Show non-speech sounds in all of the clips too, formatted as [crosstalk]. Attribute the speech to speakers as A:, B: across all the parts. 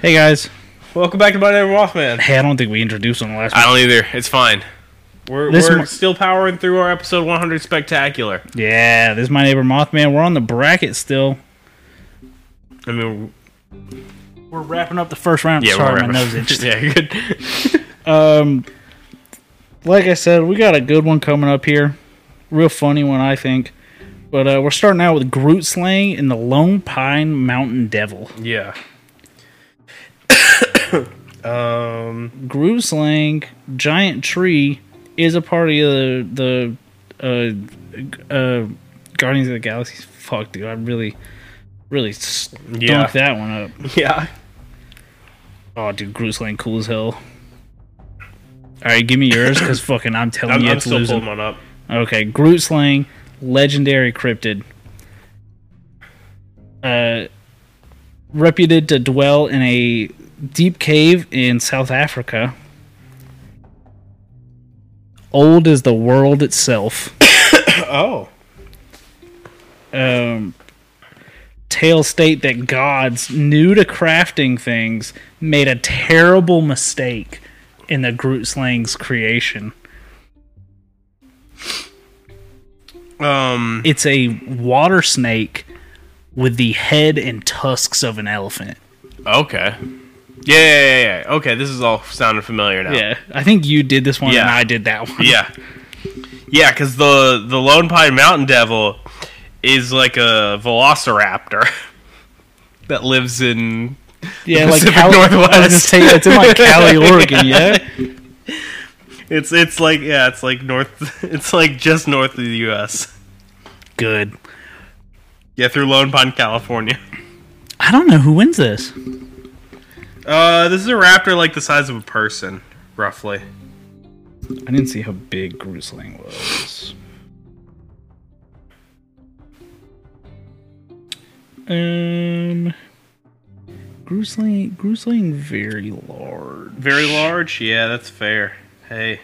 A: Hey guys.
B: Welcome back to My Name Mothman.
A: Hey, I don't think we introduced on the last
C: I don't either. It's fine.
B: We're,
A: This
B: we're
A: mo-
B: still powering through our episode 100 spectacular.
A: one. Yeah, this is my neighbor Mothman. We're on the bracket still.
B: I mean,
A: We're wrapping up the first round.
C: Yeah,
A: Sorry, my
C: we're wrapping- [laughs]
A: nose itched.
C: yeah, you're good.
A: Um, like I said, we got a good one coming up here. Real funny one, I think. But uh, we're starting out with Groot slaying and the Lone Pine Mountain Devil.
B: yeah. um,
A: Groot slaying giant tree is a part of the the uh, uh, Guardians of the Galaxy. Fuck, dude, I really really stunk
B: Yeah.
A: that one up.
B: yeah.
A: Oh, dude, Groot slaying cool as hell. All right, give me
B: [coughs]
A: yours because fucking I'm telling
B: I'm,
A: you,
B: I'm
A: it's
B: still
A: losing.
B: pulling one up.
A: Okay, Groot slang, legendary cryptid. Uh, reputed to dwell in a deep cave in South Africa. Old as the world itself.
B: Oh.
A: Um, tales state that gods, new to crafting things, made a terrible mistake in the Groot slang's creation.
C: Um,
A: it's a water snake with the head and tusks of an elephant.
C: okay. Yeah, yeah, yeah, yeah. Okay, this is all sounding familiar now.
A: Yeah, I think you did this one
C: Yeah.
A: and I did that one.
C: Yeah. Yeah, because the, the Lone Pine Mountain Devil is like a velociraptor [laughs] that lives in.
A: [laughs]
C: [laughs]
A: yeah, like
C: Pacific
A: Cali,
C: Northwest.
A: I was just saying, [laughs] it's in like Cali, Oregon.
C: [laughs]
A: Yeah,
C: It's it's like yeah, it's like north. [laughs] It's like just north of the U.S.
A: good.
C: Yeah, through Lone Pine, California.
A: I don't know who wins this.
C: Uh, this is a raptor like the size of a person, roughly.
A: I didn't see how big Grusling was. Um, Grusling, Grusling, very large.
C: Very large? Yeah, that's fair. Hey.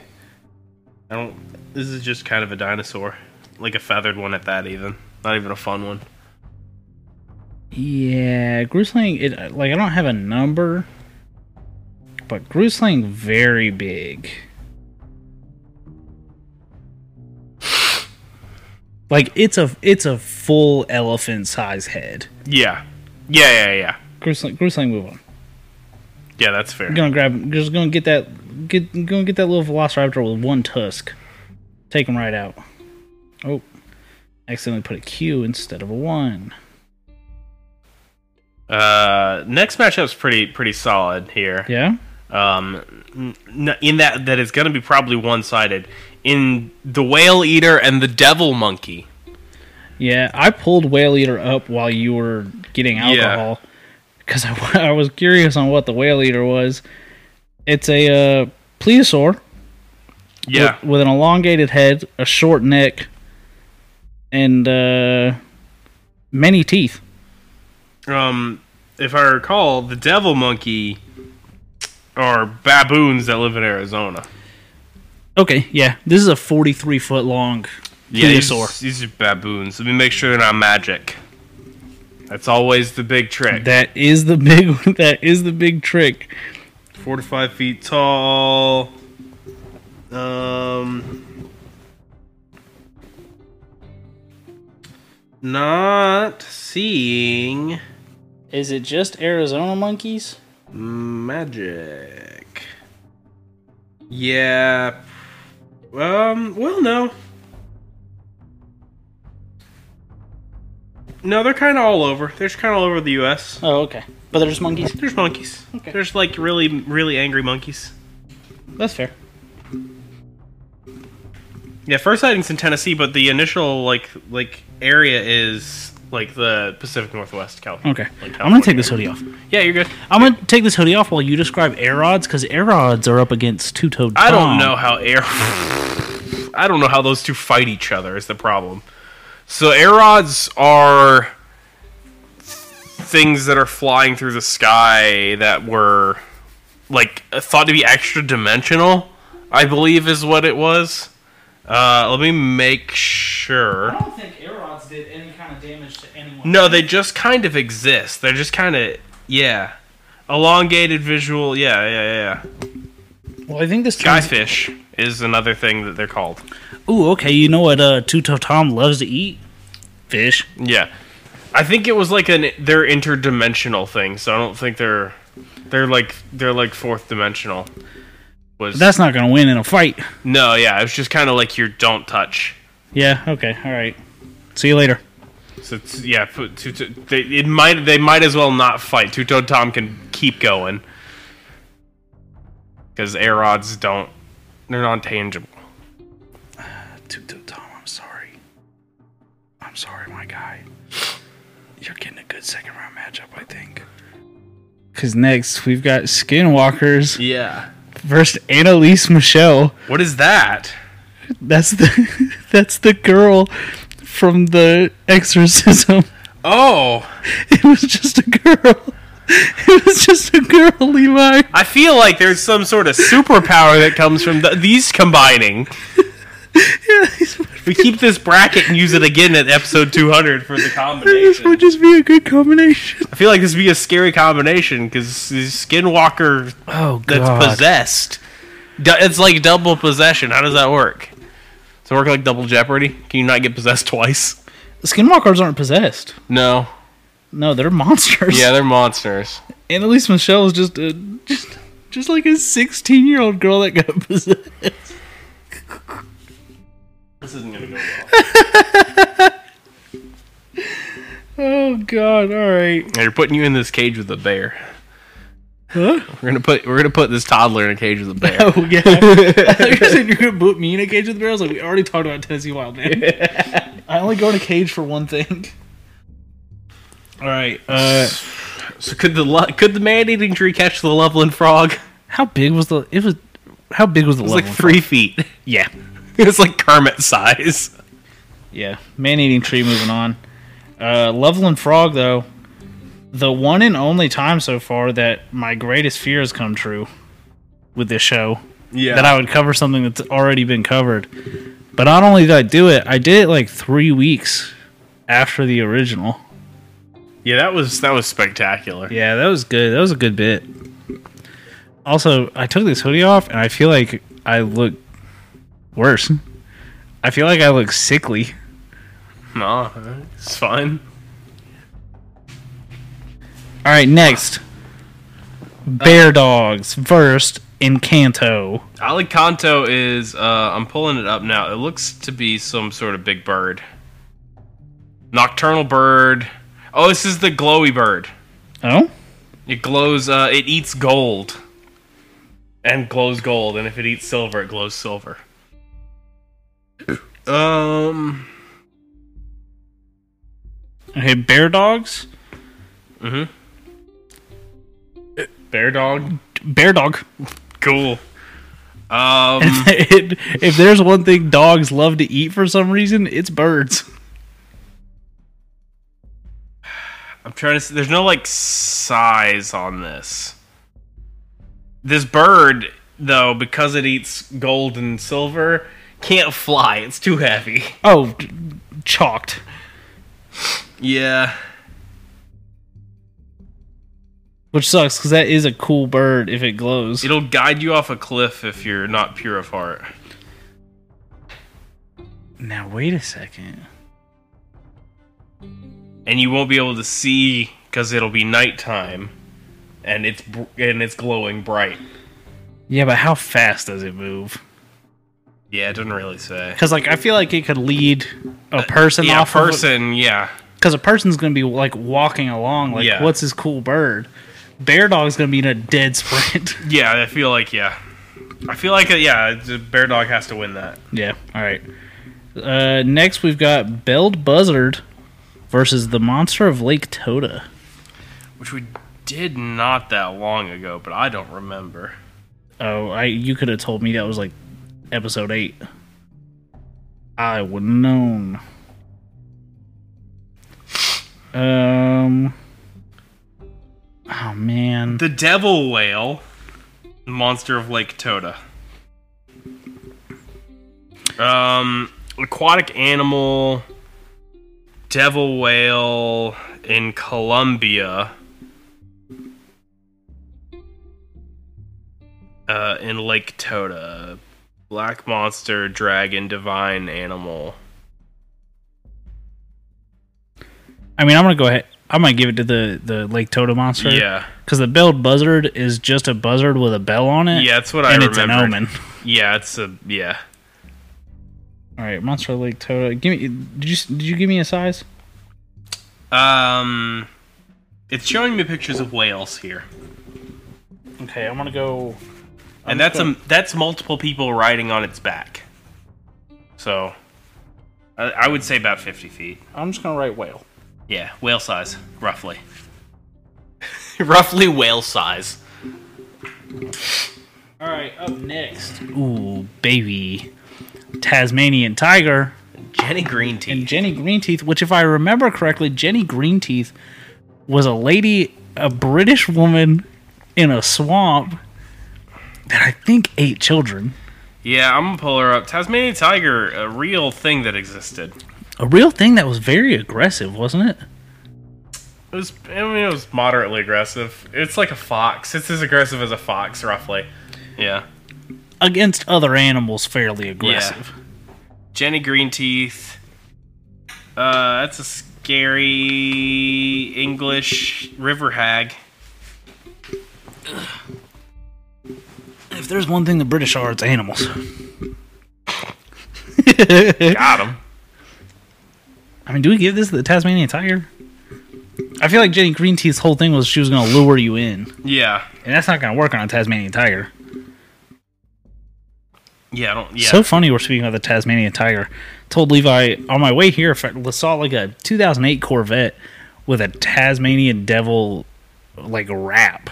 C: I don't this is just kind of a dinosaur. Like a feathered one at that even. Not even a fun one.
A: Yeah, Grusling. It like I don't have a number, but Grusling very big. Like it's a it's a full elephant size head.
C: Yeah. Yeah, yeah, yeah.
A: Grusling, Grusling, move on.
C: Yeah, that's fair.
A: I'm gonna grab. Just gonna get that. Get gonna get that little Velociraptor with one tusk. Take him right out. Oh, accidentally put a Q instead of a one.
C: Uh next matchup's pretty pretty solid here.
A: Yeah.
C: Um n- in that that is going to be probably one-sided in the whale eater and the devil monkey.
A: Yeah, I pulled Whale Eater up while you were getting alcohol because I, I was curious on what the Whale Eater was. It's a uh, plesiosaur
C: Yeah.
A: with, with an elongated head, a short neck, and uh, many teeth.
C: Um if I recall, the devil monkey are baboons that live in Arizona.
A: Okay, yeah, this is a 43 foot long.
C: Yeah, these, [laughs]
A: Plesiosaur.
C: these are baboons. Let me make sure they're not magic. That's always the big trick.
A: That is the big. [laughs] That is the big trick.
C: Four to five feet tall. Um, not seeing
A: Is it just Arizona monkeys?
C: magic. Yeah. Um. Well, no. No, they're kind of all over. They're just kind of all over the U.S.
A: Oh, okay. But they're just monkeys.
C: There's monkeys.
A: Okay.
C: There's like really, really angry monkeys.
A: That's fair.
C: Yeah, first sighting's in Tennessee, but the initial like like area is like the Pacific Northwest, California.
A: Okay,
C: Like
A: I'm gonna take
C: California.
A: this hoodie off.
C: Yeah, you're good.
A: I'm gonna take this hoodie off while you describe air rods because air rods are up against two toed.
C: I don't know how air. [laughs] I don't know how those two fight each other is the problem. So air rods are things that are flying through the sky that were like thought to be extra dimensional. I believe is what it was. Uh, let me make sure.
A: don't think air rods did any kind of damage to anyone.
C: No, they just kind of exist. They're just kind of yeah. elongated visual. Yeah, yeah, yeah. yeah.
A: Well, I think this turns-
C: Skyfish is another thing that they're called.
A: Ooh, okay. You know what? Uh, Two Tough Tom loves to eat fish.
C: Yeah, I think it was like an they're interdimensional thing. So I don't think they're they're like they're like fourth dimensional. Was
A: But that's not gonna win in a fight.
C: no? Yeah, it was just kind of like your don't touch.
A: Yeah. Okay. All right. See you later.
C: So it's, yeah, put two, two, they it might they might as well not fight. Two Toed Tom can keep going because air rods don't they're non tangible.
A: Two Tough Tom, I'm sorry. I'm sorry, my guy. You're getting a good second round matchup, I think. Because next we've got Skinwalkers
C: Yeah.
A: versus Annalise Michelle.
C: What is that?
A: That's the [laughs] that's the girl from the exorcism. [laughs]
C: Oh,
A: It was just a girl. [laughs] It was just a girl, Levi.
C: I feel like there's some sort of superpower that comes from th these combining. [laughs] We keep this bracket and use it again at episode 200 for the
A: This
C: [laughs] combination.
A: would just be a good combination.
C: I feel like this would be a scary combination because Skinwalker
A: Oh
C: that's possessed. Du- It's like double possession. How does that work? Does it work like double jeopardy? Can you not get possessed twice?
A: Skinwalkers aren't possessed.
C: No.
A: No, they're monsters.
C: Yeah, they're monsters.
A: Annalise Michelle is just a just, just like a sixteen year old girl that got possessed.
C: This isn't gonna go well.
A: Oh God! All right.
C: They're putting you in this cage with a bear.
A: Huh?
C: We're gonna put we're gonna put this toddler in a cage with a bear.
A: [laughs] Oh yeah. I thought you said you're gonna put me in a cage with bears. Like we already talked about Tennessee Wild Man. I only go in a cage for one thing. All right. Uh,
C: [laughs] So could the lo- could the man eating tree catch the Loveland frog? It
A: how big was the? It was. How big was the?
C: was like three [laughs] feet.
A: Yeah.
C: It's like Kermit size.
A: Yeah, man eating tree moving on. Uh, Loveland Frog, though, the one and only time so far that my greatest fear has come true with this show
C: Yeah.
A: that I would cover something that's already been covered. But not only did I do it, I did it like three weeks after the original.
C: yeah, that was that was spectacular.
A: Yeah, that was good. That was a good bit. Also, I took this hoodie off and I feel like I look worse. I feel like I look sickly.
C: Nah, it's fine.
A: All right, next. Bear Dogs first in Kanto.
C: Alicanto is. Uh, I'm pulling it up now. It looks to be some sort of big bird. Nocturnal bird. Oh, this is the glowy bird.
A: Oh?
C: It glows. Uh, it eats gold. And glows gold. And if it eats silver, it glows silver. Um.
A: Okay, Bear Dogs.
C: Mhm. Bear dog.
A: Bear Dog.
C: Cool.
A: [laughs]
C: Um.
A: if there's one thing dogs love to eat for some reason, it's birds.
C: I'm trying to. See, there's no like size on this. This bird, though, because it eats gold and silver, can't fly. It's too heavy.
A: Oh, d- chalked.
C: Yeah.
A: Which sucks because that is a cool bird if it glows.
C: It'll guide you off a cliff if you're not pure of heart.
A: Now, wait a second.
C: And you won't be able to see because it'll be nighttime, and it's br- and it's glowing bright.
A: Yeah, but how fast does it move?
C: Yeah, it doesn't really say.
A: Because, like, I feel like it could lead a person
C: Yeah,
A: off of a-
C: person. Yeah.
A: because a person's gonna be like walking along, like
C: Yeah.
A: what's this cool bird? Bear dog's gonna be in a dead [laughs] sprint.
C: Yeah, I feel like yeah. I feel like uh, yeah, the bear dog has to win that.
A: yeah. All right. Uh, next, we've got Belled Buzzard versus the Monster of Lake Tota.
C: which we did not that long ago, but I don't remember.
A: Oh, I you could have told me that was like episode eight. I would have known. Um. Oh man.
C: The Devil Whale, monster of Lake Tota. Um, aquatic animal, devil whale in Colombia. uh, in Lake Toda. Black monster, dragon, divine animal.
A: I mean, I'm gonna go ahead. I'm gonna give it to the the Lake Toto monster.
C: Yeah,
A: Because the belled buzzard is just a buzzard with a bell on it.
C: yeah, that's what I
A: Eh. And
C: remember.
A: it's an omen.
C: Yeah, it's a yeah.
A: All right, monster Lake Toto. Give me. Did you did you give me a size?
C: Um, it's showing me pictures of whales here,
A: Okay, I'm gonna go.
C: and that's a that's multiple people riding on its back. So, I, I would say about fifty feet.
A: I'm just gonna write whale.
C: Yeah, whale size, roughly. [laughs] roughly whale size.
A: All right, up next. Ooh, baby, Tasmanian tiger.
C: Jenny Green Tea.
A: and Jenny Greenteeth, which, if I remember correctly, Jenny Greenteeth was a lady, a British woman in a swamp that I think ate children.
C: yeah, I'm gonna pull her up. Tasmanian tiger, a real thing that existed.
A: A real thing that was very aggressive, wasn't it?
C: It was, I mean, it was moderately aggressive. It's like a fox. It's as aggressive as a fox, roughly. Yeah.
A: Against other animals, fairly aggressive.
C: Jenny Greenteeth. Uh, that's a scary English river hag.
A: If there's one thing the British are, it's animals.
C: Got him.
A: I mean, do we give this to the Tasmanian tiger? I feel like Jenny Greenteeth's whole thing was she was going to lure you in,
C: Yeah.
A: and that's not going to work on a Tasmanian tiger.
C: Yeah. I don't. Yeah.
A: So funny we're speaking of the Tasmanian tiger. Told Levi on my way here, if I saw like a 2008 Corvette with a Tasmanian devil like wrap,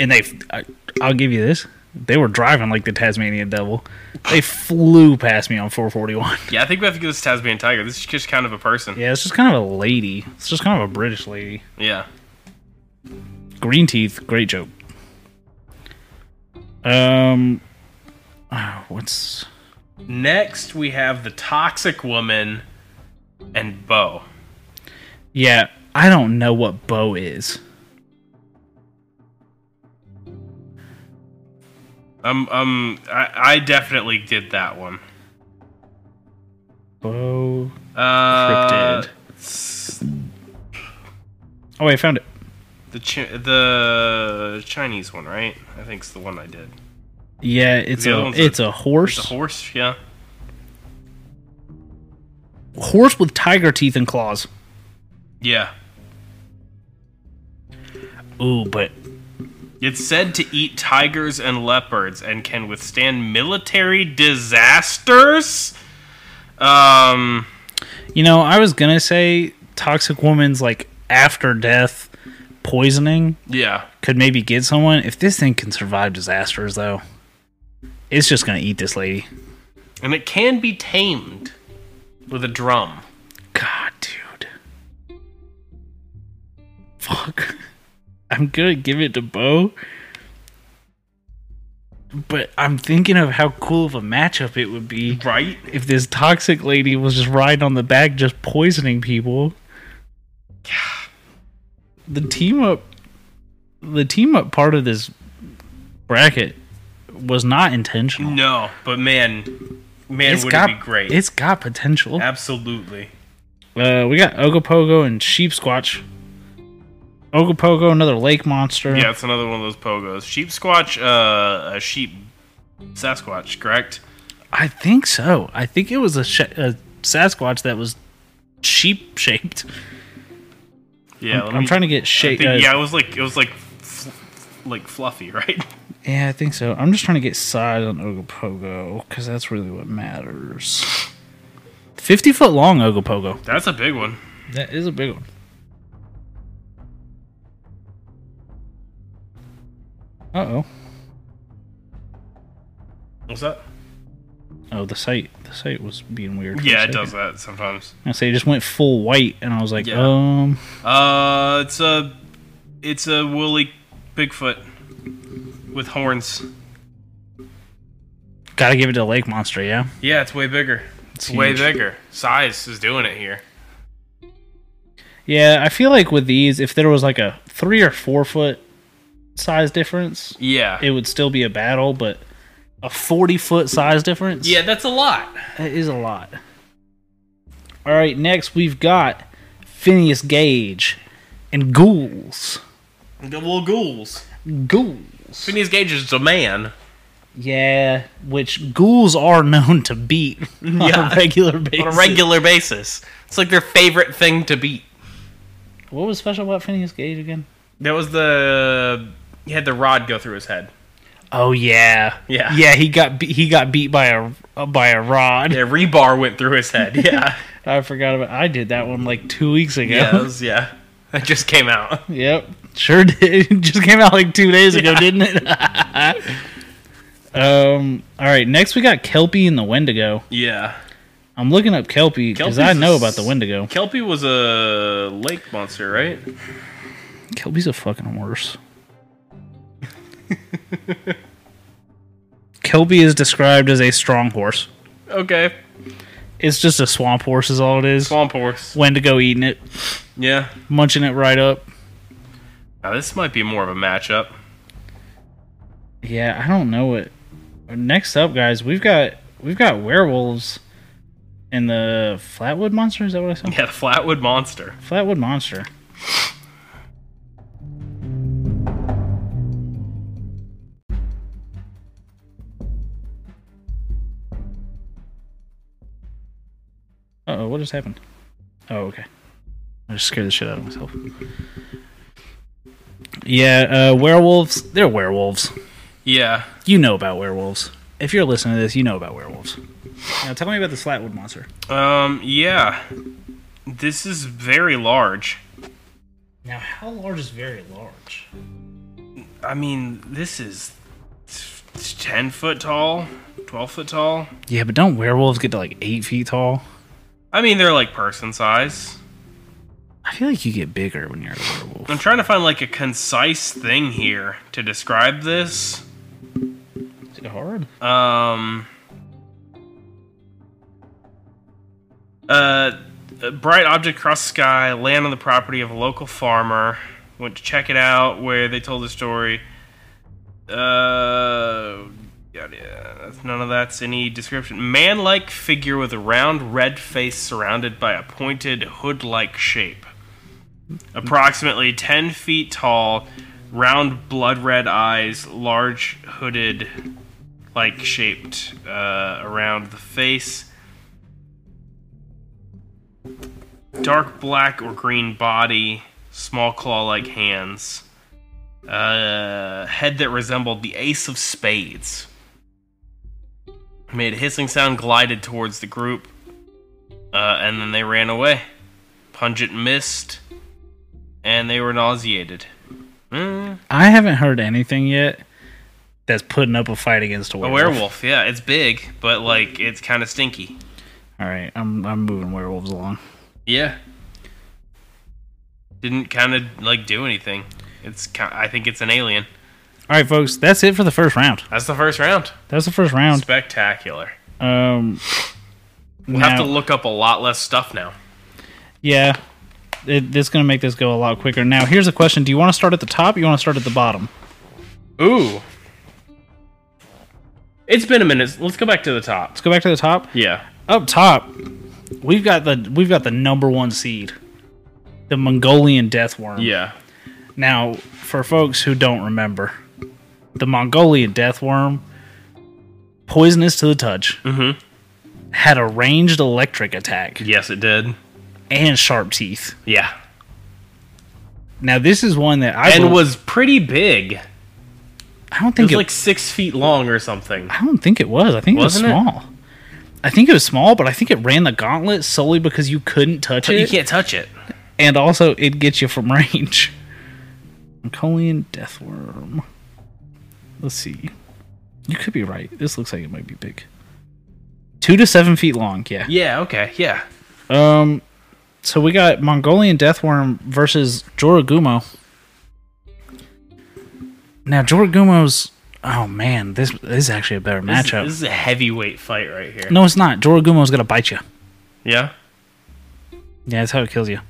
A: and they, I, I'll give you this, they were driving like the Tasmanian devil. They flew past me on 441.
C: yeah. I think we have to give this Tasmanian tiger. This is just kind of a person.
A: Yeah, it's just kind of a lady. It's just kind of a British lady.
C: yeah.
A: Green teeth, great joke. Um, ah, what's
C: Next, we have the toxic woman and Bo.
A: Yeah, I don't know what Bo is.
C: Um, um, I, I definitely did that one.
A: Bo.
C: Uh,
A: Cryptid.
C: s-
A: Oh, wait, I found it.
C: The chi- the Chinese one, right? I think's the one I did.
A: Yeah, it's
C: The other
A: a
C: one's a-
A: it's a horse,
C: The horse, yeah.
A: horse with tiger teeth and claws.
C: Yeah.
A: Ooh, but
C: It's said to eat tigers and leopards and can withstand military disasters. Um,
A: you know, I was gonna say toxic woman's like after death poisoning
C: yeah.
A: could maybe get someone. If this thing can survive disasters, though, it's just gonna eat this lady.
C: And it can be tamed with a drum.
A: God, dude. Fuck. [laughs] I'm gonna give it to Bo. But I'm thinking of how cool of a matchup it would be
C: Right?
A: if this toxic lady was just riding on the back, just poisoning people. [sighs] The team up, the team up part of this bracket was not intentional.
C: No, but man, man, would it be great?
A: It's got potential.
C: Absolutely.
A: Uh, we got Ogopogo and Sheep Squatch. Ogopogo, another lake monster.
C: Yeah, it's another one of those pogos. Sheep squatch, uh, a sheep Sasquatch, correct?
A: I think so. I think it was a, sh- a Sasquatch that was sheep shaped.
C: Yeah, let
A: I'm
C: me-
A: trying to get
C: I
A: shape.
C: think-
A: uh,
C: yeah, it was like it was like fl- like fluffy, [laughs] right?
A: yeah, I think so. I'm just trying to get size on Ogopogo because that's really what matters. 50 foot long Ogopogo.
C: That's a big one.
A: That is a big one. Uh oh.
C: What's that?
A: Oh, the site. The site was being weird. for a
C: Yeah,
A: second.
C: it does that sometimes.
A: I say it just went full white, and I was like,
C: Yeah.
A: um,
C: Uh, it's a it's a woolly Bigfoot with horns.
A: gotta give it to the lake monster, yeah.
C: Yeah, it's way bigger.
A: It's
C: It's way
A: huge.
C: bigger. Size is doing it here.
A: Yeah, I feel like with these, if there was like a three or four foot size difference,
C: Yeah.
A: it would still be a battle, but a 40 foot size difference?
C: yeah, that's a lot.
A: That is a lot. All right, next we've got Phineas Gage and ghouls.
C: The little ghouls.
A: Ghouls.
C: Phineas Gage is a man.
A: Yeah, which ghouls are [laughs] known to beat on
C: Yeah.
A: a regular basis.
C: on a regular basis. It's like their favorite thing to beat.
A: what was special about Phineas Gage again?
C: That was the he had the rod go through his head.
A: Oh yeah,
C: Yeah.
A: yeah. He got be- he got beat by a uh, by a rod.
C: [laughs] The rebar went through his head. Yeah,
A: I forgot about. I did that one like two weeks ago.
C: [laughs] yeah, that was- yeah. That just came out.
A: [laughs] Yep, sure did. [laughs] It just came out like two days ago, didn't it? [laughs] um. All right. Next, we got Kelpie and the Wendigo.
C: Yeah,
A: I'm looking up Kelpie because I
C: Kelpie's
A: know
C: a
A: about the
C: s-
A: Wendigo.
C: Kelpie was a lake monster, right?
A: Kelpie's a fucking
C: [laughs]
A: horse. Kelpie is described as a strong horse.
C: Okay,
A: It's just a swamp horse, is all it is.
C: swamp horse.
A: Wendigo eating it,
C: Yeah.
A: munching it right up.
C: Now this might be more of a matchup. [laughs]
A: Yeah, I don't know it. Next up, guys, we've got we've got werewolves and the Flatwood monster. Is that what I saw?
C: Yeah, the Flatwood monster.
A: Flatwood monster. Uh oh, what just happened? Oh, okay. I just scared the shit out of myself. Yeah, uh, werewolves. They're werewolves.
C: Yeah,
A: You know about werewolves. If you're listening to this, you know about werewolves. Now tell me about the Flatwood monster.
C: um, yeah. This is very large.
A: Now, how large is very large?
C: I mean, this is t- ten foot tall, twelve foot tall.
A: Yeah, but don't werewolves get to like eight feet tall?
C: I mean, they're like person size.
A: I feel like you get bigger when you're a werewolf.
C: I'm trying to find like a concise thing here to describe this.
A: Is it hard?
C: Um. Uh, a bright object across the sky, land on the property of a local farmer. Went to check it out where they told the story. Uh. Yeah, yeah, that's- none of that's any description. Man like figure with a round red face surrounded by a pointed hood like shape. Approximately 10 feet tall, round blood red eyes, large hooded like shaped uh, around the face. Dark black or green body, small claw like hands, uh, head that resembled the ace of spades. Made a hissing sound, glided towards the group, uh, and then they ran away. Pungent mist, and they were nauseated. Mm,
A: I haven't heard anything yet that's putting up a fight against a
C: a
A: werewolf.
C: werewolf, yeah, it's big, but like it's kind of stinky.
A: All right, I'm I'm moving werewolves along.
C: Yeah. Didn't kind of like do anything. It's ki I think it's an alien.
A: All right, folks, that's it for the first round.
C: That's the first round.
A: That's the first round.
C: Spectacular.
A: Um,
C: We'll have to
A: now-
C: look up a lot less stuff now.
A: yeah, it, it's gonna make this go a lot quicker. Now, here's a question: Do you want to start at the top? Or you want to start at the bottom?
C: Ooh. It's been a minute. Let's go back to the top.
A: Let's go back to the top.
C: Yeah.
A: Up top, we've got the we've got the number one seed, the Mongolian death worm.
C: Yeah.
A: Now, for folks who don't remember, the Mongolian death worm, poisonous to the touch,
C: Mhm.
A: had a ranged electric attack
C: Yes, it did.
A: and sharp teeth.
C: Yeah.
A: Now, this is one that I
C: And
A: bel-
C: was pretty big. It
A: I don't
C: was
A: think it,
C: like six feet long or something.
A: I don't think it was. I think it was
C: Wasn't it?
A: small. I think it was small, but I think it ran the gauntlet solely because you couldn't touch
C: You
A: it,
C: can't touch it.
A: and also it gets you from [laughs] range. Mongolian death worm. Let's see. You could be right. This looks like it might be big. Two to seven feet long. Yeah.
C: Yeah. Okay. Yeah.
A: Um, so we got Mongolian Deathworm versus Joragumo. Now Joragumo's oh man, this, this is actually a better
C: This,
A: matchup.
C: this is a heavyweight fight right here.
A: no, it's not. Joragumo's gonna bite you.
C: Yeah.
A: Yeah, that's how it kills you.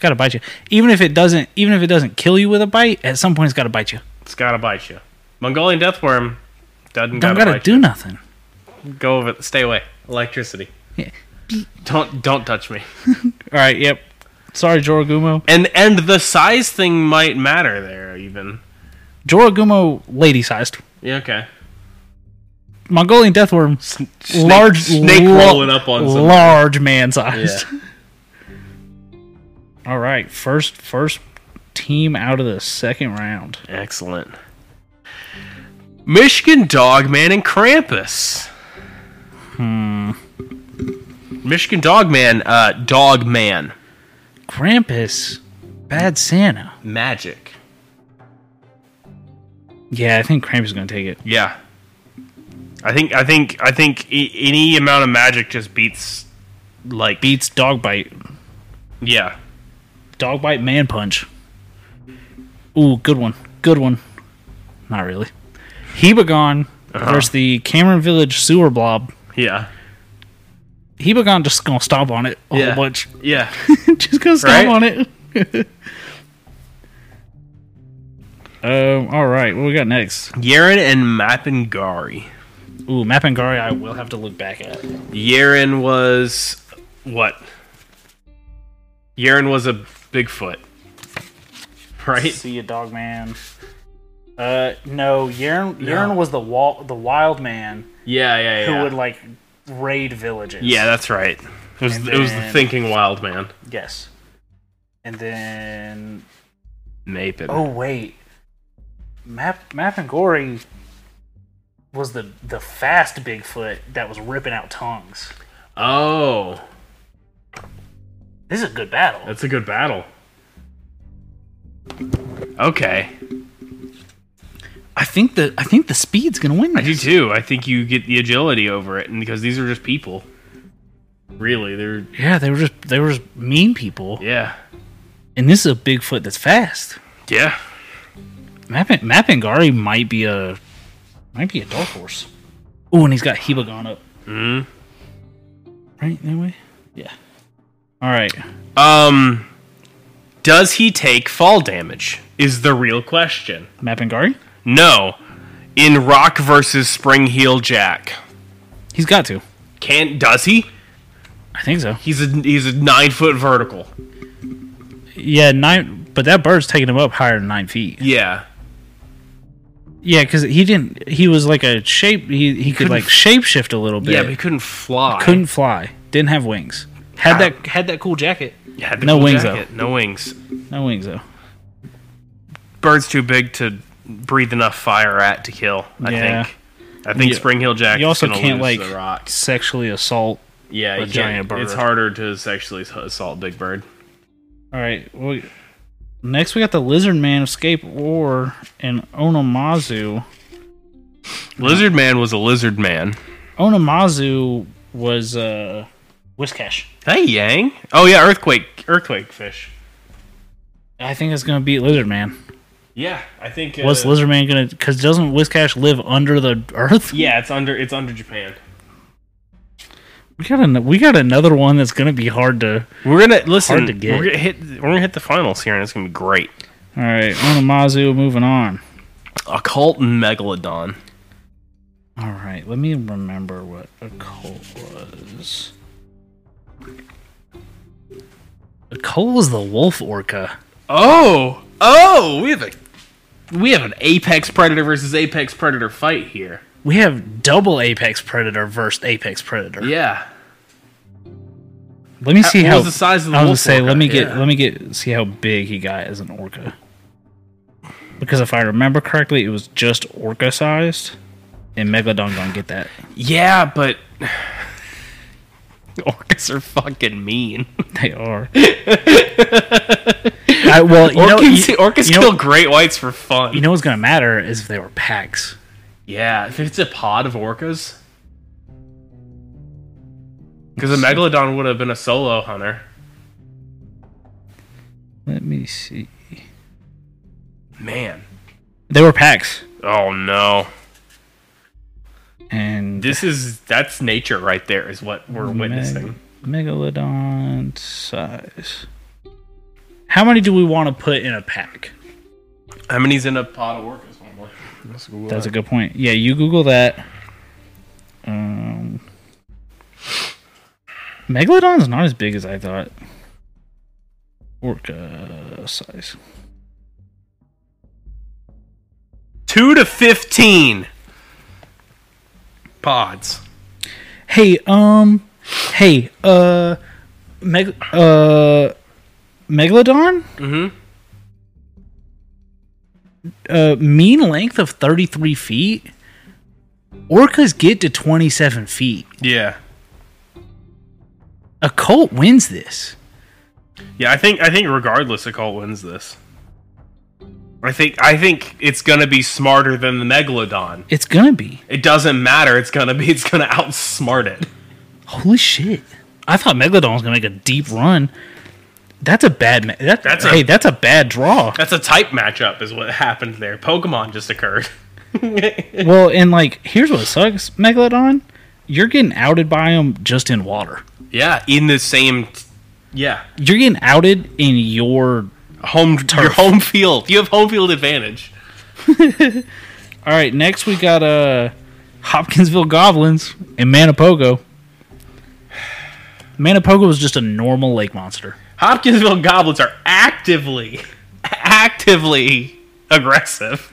A: Got to bite you. Even if it doesn't, even if it doesn't kill you with a bite, at some point it's got to bite you.
C: It's gotta bite you. Mongolian deathworm
A: Don't
C: doesn't gotta,
A: got to
C: bite
A: do nothing.
C: you. Go over. Stay away. Electricity.
A: Yeah.
C: Don't don't touch me.
A: All right. Yep. Sorry, Joragumo.
C: And and the size thing might matter there even.
A: Joragumo, lady sized.
C: Yeah. Okay.
A: Mongolian deathworm,
C: Snake-
A: large,
C: snake
A: lo-
C: rolling up on some.
A: large man sized. [laughs] All right, first first team out of the second round.
C: Excellent. Michigan Dogman and Krampus. Hmm. Michigan Dogman, uh, Dogman.
A: Krampus, bad Santa.
C: Magic.
A: Yeah, I think Krampus is gonna take it.
C: Yeah. I think I think I think I- any amount of magic just beats like
A: Beats Dogbite.
C: yeah.
A: Dogbite man punch. Ooh, good one. Good one. Not really. Hebagon
C: Uh-huh.
A: versus the Cameron Village sewer blob.
C: Yeah.
A: Hebagon just gonna stomp on it a
C: Yeah.
A: whole bunch. [laughs]
C: Yeah. [laughs]
A: just gonna stomp
C: Right?
A: on it. [laughs] um. All right. What we got next?
C: Yaren and Mapangari.
A: Ooh, Mapangari. I will have to look back at.
C: Yaren was what? Yaren was a Bigfoot. Right?
A: See you, dog man. Uh, no. Yern Yern was the wall, the wild man
C: Yeah, yeah,
A: who
C: yeah.
A: would like raid villages.
C: Yeah, that's right. It was
A: And
C: it was the
A: then-
C: thinking wild man.
A: Yes. And then
C: Mapin.
A: Oh wait, Map Mapangori was the the fast Bigfoot that was ripping out tongues.
C: Oh,
A: This is a good battle.
C: that's a good battle. Okay,
A: I think the I think the speed's gonna win.
C: I do too. I think you get the agility over it, and because these are just people. Really, they're
A: Yeah, they were just they were just mean people,
C: yeah,
A: and this is a Bigfoot that's fast.
C: yeah.
A: Map Mapangori might be a might be a dark horse. Oh, and he's got Hibagon up.
C: Mhm.
A: Right that way. Yeah. All right.
C: Um, does he take fall damage? Is the real question.
A: Mapangori.
C: No, in Rock versus Spring Heel Jack,
A: He's got to.
C: can does he?
A: I think so.
C: He's a he's a nine foot vertical.
A: Yeah, nine. But that bird's taking him up higher than nine feet.
C: Yeah,
A: Yeah, because he didn't. He was like a shape. He he could
C: Couldn't
A: like
C: f-
A: shapeshift a little bit.
C: yeah, but he couldn't fly.
A: couldn't fly. Didn't have wings. Had that had that cool jacket.
C: Had the
A: No wings,
C: though. No wings.
A: No wings though.
C: Bird's too big to breathe enough fire at to kill. I
A: Yeah.
C: think. I think
A: You-
C: Spring Hill Jack.
A: You
C: is
A: also
C: gonna
A: can't
C: lose
A: like
C: the rock.
A: sexually assault.
C: Yeah, you
A: giant
C: can't,
A: bird.
C: it's harder to sexually assault Big Bird.
A: All right. Well, next we got the lizard man escape or and Onomazu.
C: Lizard Man was a lizard man.
A: Onomazu was uh Whiskash.
C: Hey Yang. Oh yeah, earthquake, earthquake fish.
A: I think it's gonna beat Lizard Man.
C: Yeah, I think. Uh,
A: What's Lizard Man gonna? Because doesn't Whiskash live under the earth?
C: Yeah, it's under it's under Japan.
A: We got an, we got another one that's gonna be hard to.
C: We're gonna listen.
A: Hard to get.
C: We're gonna hit we're gonna hit the finals here, and it's gonna be great.
A: All right, Onomazu, moving on.
C: Occult megalodon.
A: All right, let me remember what a cult was. A cult was the wolf orca.
C: Oh, oh, we have a we have an apex predator versus apex predator fight here.
A: We have double apex predator versus apex predator.
C: Yeah,
A: Let me see
C: what
A: how
C: was the size of the
A: I was gonna
C: wolf
A: say. Let
C: orca?
A: me get
C: Yeah.
A: let me get see how big he got as an orca. Because if I remember correctly, it was just orca sized, and Megalodon gonna get that.
C: yeah, but [sighs] orcas are fucking mean.
A: [laughs] They are. I, well, you know,
C: orcas
A: you,
C: orcas
A: you know-
C: kill great whites for fun.
A: you know what's gonna matter is if they were packs.
C: yeah, if it's a pod of orcas, because a megalodon would have been a solo hunter.
A: Let me see.
C: Man,
A: They were packs,
C: oh no,
A: and
C: this is that's nature right there. Is what we're
A: Meg-
C: witnessing.
A: megalodon size. How many do we want to put in a pack?
C: How many's in a pot of orcas? One more.
A: That's a good point. Yeah, you Google that. Um, Megalodon's not as big as I thought. Orca size.
C: Two to fifteen pods.
A: Hey, um, hey, uh, Meg, uh, Megalodon.
C: Mhm.
A: Uh, mean length of thirty-three feet. Orcas get to twenty-seven feet.
C: Yeah.
A: A cult wins this.
C: Yeah, I think I think regardless, Occult wins this. I think I think it's gonna be smarter than the Megalodon.
A: It's gonna be
C: It doesn't matter. It's gonna be. [laughs] It's gonna outsmart it.
A: holy shit. I thought Megalodon was gonna make a deep run. That's a bad. Ma- that,
C: That's a-
A: hey, that's a bad draw.
C: [laughs] That's a type matchup, is what happened there. Pokemon just occurred. [laughs]
A: Well, and like, here's what sucks, Megalodon. You're getting outed by them just in water.
C: yeah, in the same. T- yeah,
A: You're getting outed in your.
C: home your home field. You have home field advantage.
A: All right, next we got uh Hopkinsville Goblins and Manipogo. Manipogo is just a normal lake monster.
C: Hopkinsville goblins are actively, [laughs] actively aggressive.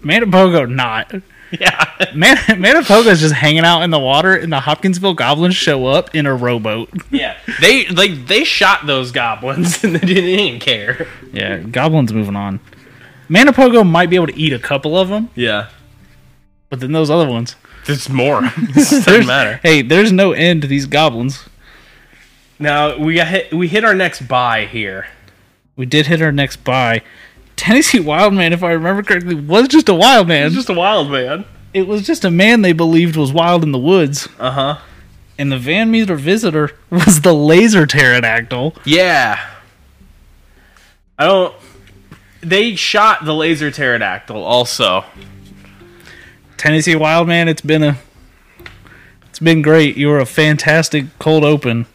A: Manipogo not.
C: [laughs] Yeah,
A: Man- [laughs] Manipogo is just hanging out in the water, and the Hopkinsville Goblins show up in a rowboat.
C: yeah. They like they shot those goblins [laughs] and they didn't even care.
A: Yeah, Goblins moving on. Manipogo might be able to eat a couple of them,
C: Yeah,
A: but then those other ones.
C: there's [laughs] more. it doesn't matter.
A: Hey, there's no end to these goblins.
C: Now we got hit, we hit our next buy here.
A: We did hit our next buy. Tennessee Wildman, if I remember correctly, was just a wild man.
C: It's just a wild man.
A: It was just a man they believed was wild in the woods.
C: Uh huh.
A: And the Van Meter visitor was the laser pterodactyl.
C: Yeah. I don't. They shot the laser pterodactyl also.
A: Tennessee Wildman, it's been a it's been great. You were a fantastic cold open.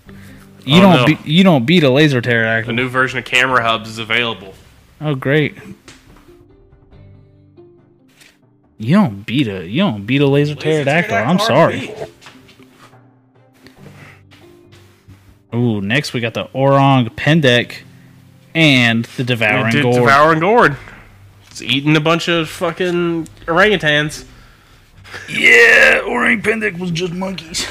A: You
C: Oh,
A: don't
C: no.
A: be- you don't beat a laser pterodactyl.
C: new version of Camera Hubs is available.
A: Oh great. You don't beat a you don't beat a laser, pterodactyl. I'm sorry. Ooh, next we got the Orang Pendek and the Devouring
C: Dude,
A: Gore.
C: devouring gourd. It's eating a bunch of fucking
A: [laughs]
C: orangutans.
A: yeah, Orang Pendek was just monkeys. [laughs]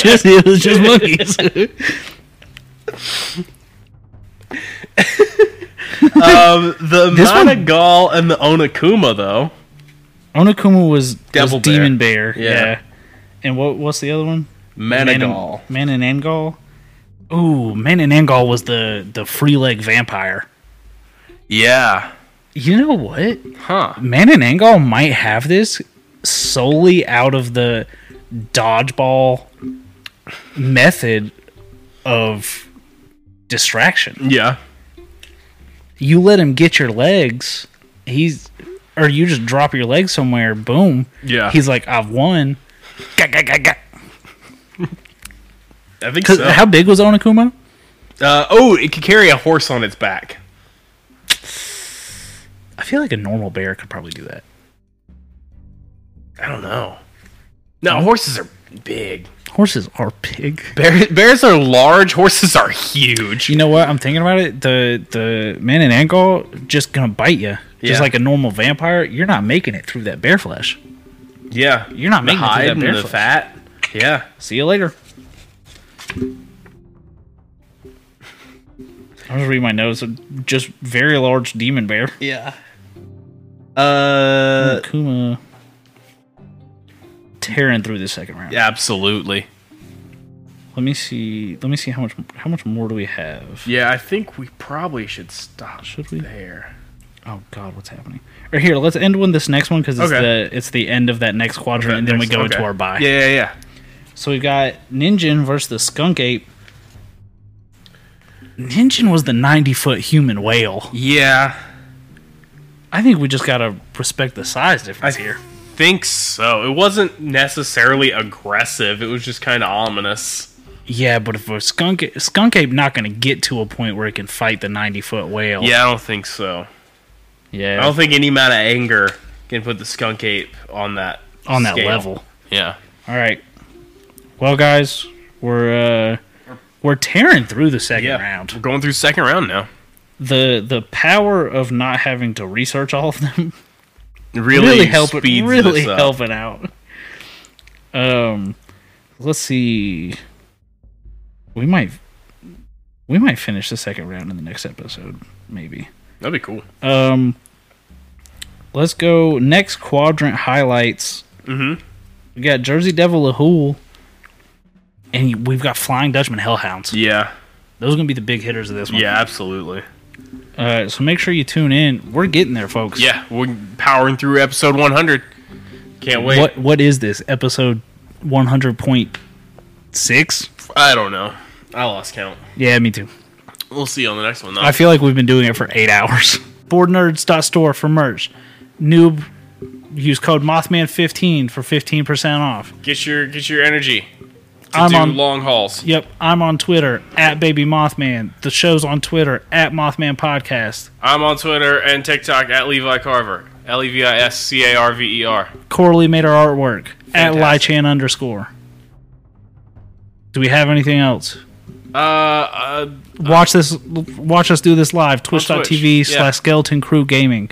A: just, it was just [laughs] monkeys.
C: Um, the
A: This one-
C: Monogal and the Onakuma though.
A: Onokuma was, was
C: Devil bear.
A: Demon Bear.
C: Yeah.
A: Yeah. And what what's the other one?
C: Managal.
A: Man and Angol. Ooh, Man and Angol was the the free leg vampire.
C: Yeah.
A: You know what?
C: Huh.
A: Man and Angol might have this solely out of the dodgeball method of distraction.
C: Yeah.
A: You let him get your legs, he's or you just drop your leg somewhere, boom.
C: Yeah.
A: He's like, I've won. Gah, gah, gah, gah.
C: I think
A: 'Cause [laughs]
C: so.
A: How big was Onokuma?
C: uh, oh, it could carry a horse on its back.
A: I feel like a normal bear could probably do that.
C: I don't know. No, horses are big.
A: Horses are big.
C: Bear, bears are large. Horses are huge.
A: You know what? I'm thinking about it. The the man in ankle just gonna bite you,
C: Yeah.
A: just like a normal vampire. You're not making it through that bear flesh.
C: Yeah,
A: You're not
C: the
A: making it through
C: hide
A: that
C: and
A: bear
C: the
A: flesh.
C: fat. Yeah,
A: See you later. I'm just reading my notes. Just very large demon bear.
C: yeah. Uh,
A: Kuma tearing through the second round.
C: absolutely.
A: Let me see. Let me see how much how much more do we have?
C: Yeah, I think we probably should stop
A: Should we?
C: there.
A: Oh God, what's happening? Or here, let's end with this next one because it's
C: Okay.
A: the it's the end of that next quadrant, and then we go into our buy.
C: Yeah, yeah, yeah.
A: So we've got Ninjin versus the Skunk Ape. Ninjin was the 90 foot human whale.
C: Yeah,
A: I think we just gotta respect the size difference
C: I-
A: here.
C: think so. It wasn't necessarily aggressive. It was just kind of ominous.
A: Yeah, but if a skunk skunk ape not going to get to a point where it can fight the ninety foot whale.
C: Yeah, I don't think so. I
A: yeah,
C: don't think any amount of anger can put the skunk ape on that
A: on that
C: scale.
A: level.
C: Yeah.
A: All right. Well, guys, we're uh, we're tearing through the second
C: Yeah. We're
A: round.
C: going through second round now.
A: The the power of not having to research all of them [laughs]
C: Really,
A: really help it
C: speeds
A: really
C: this up.
A: helping out. Um, let's see. We might we might finish the second round in the next episode, maybe.
C: That'd be cool.
A: Um, let's go next quadrant highlights.
C: Mhm.
A: We got Jersey Devil Lahul, and we've got Flying Dutchman Hellhounds.
C: Yeah.
A: Those are gonna be the big hitters of this one.
C: Yeah, absolutely.
A: Uh, so make sure you tune in. We're getting there, folks.
C: Yeah, we're powering through episode 100. Can't wait.
A: What What is this episode? One hundred point six.
C: I don't know. I lost count.
A: Yeah, me too.
C: We'll see you on the next one, though.
A: I feel like we've been doing it for eight hours. [laughs] Boardnerds.store for merch. Noob, use code Mothman15 for 15% off.
C: get your get your energy. To
A: I'm
C: do
A: on-
C: long hauls.
A: Yep, I'm on Twitter at Baby Mothman. The show's on Twitter at Mothman Podcast.
C: I'm on Twitter and TikTok at Levi Carver. L E V I S C A R V E R.
A: Corley made our artwork
C: Fantastic.
A: at Lychan underscore. Do we have anything else?
C: Uh, uh,
A: Watch this. Watch us do this live.
C: Twitch,
A: Twitch.tv
C: yeah.
A: slash Skeleton Crew Gaming.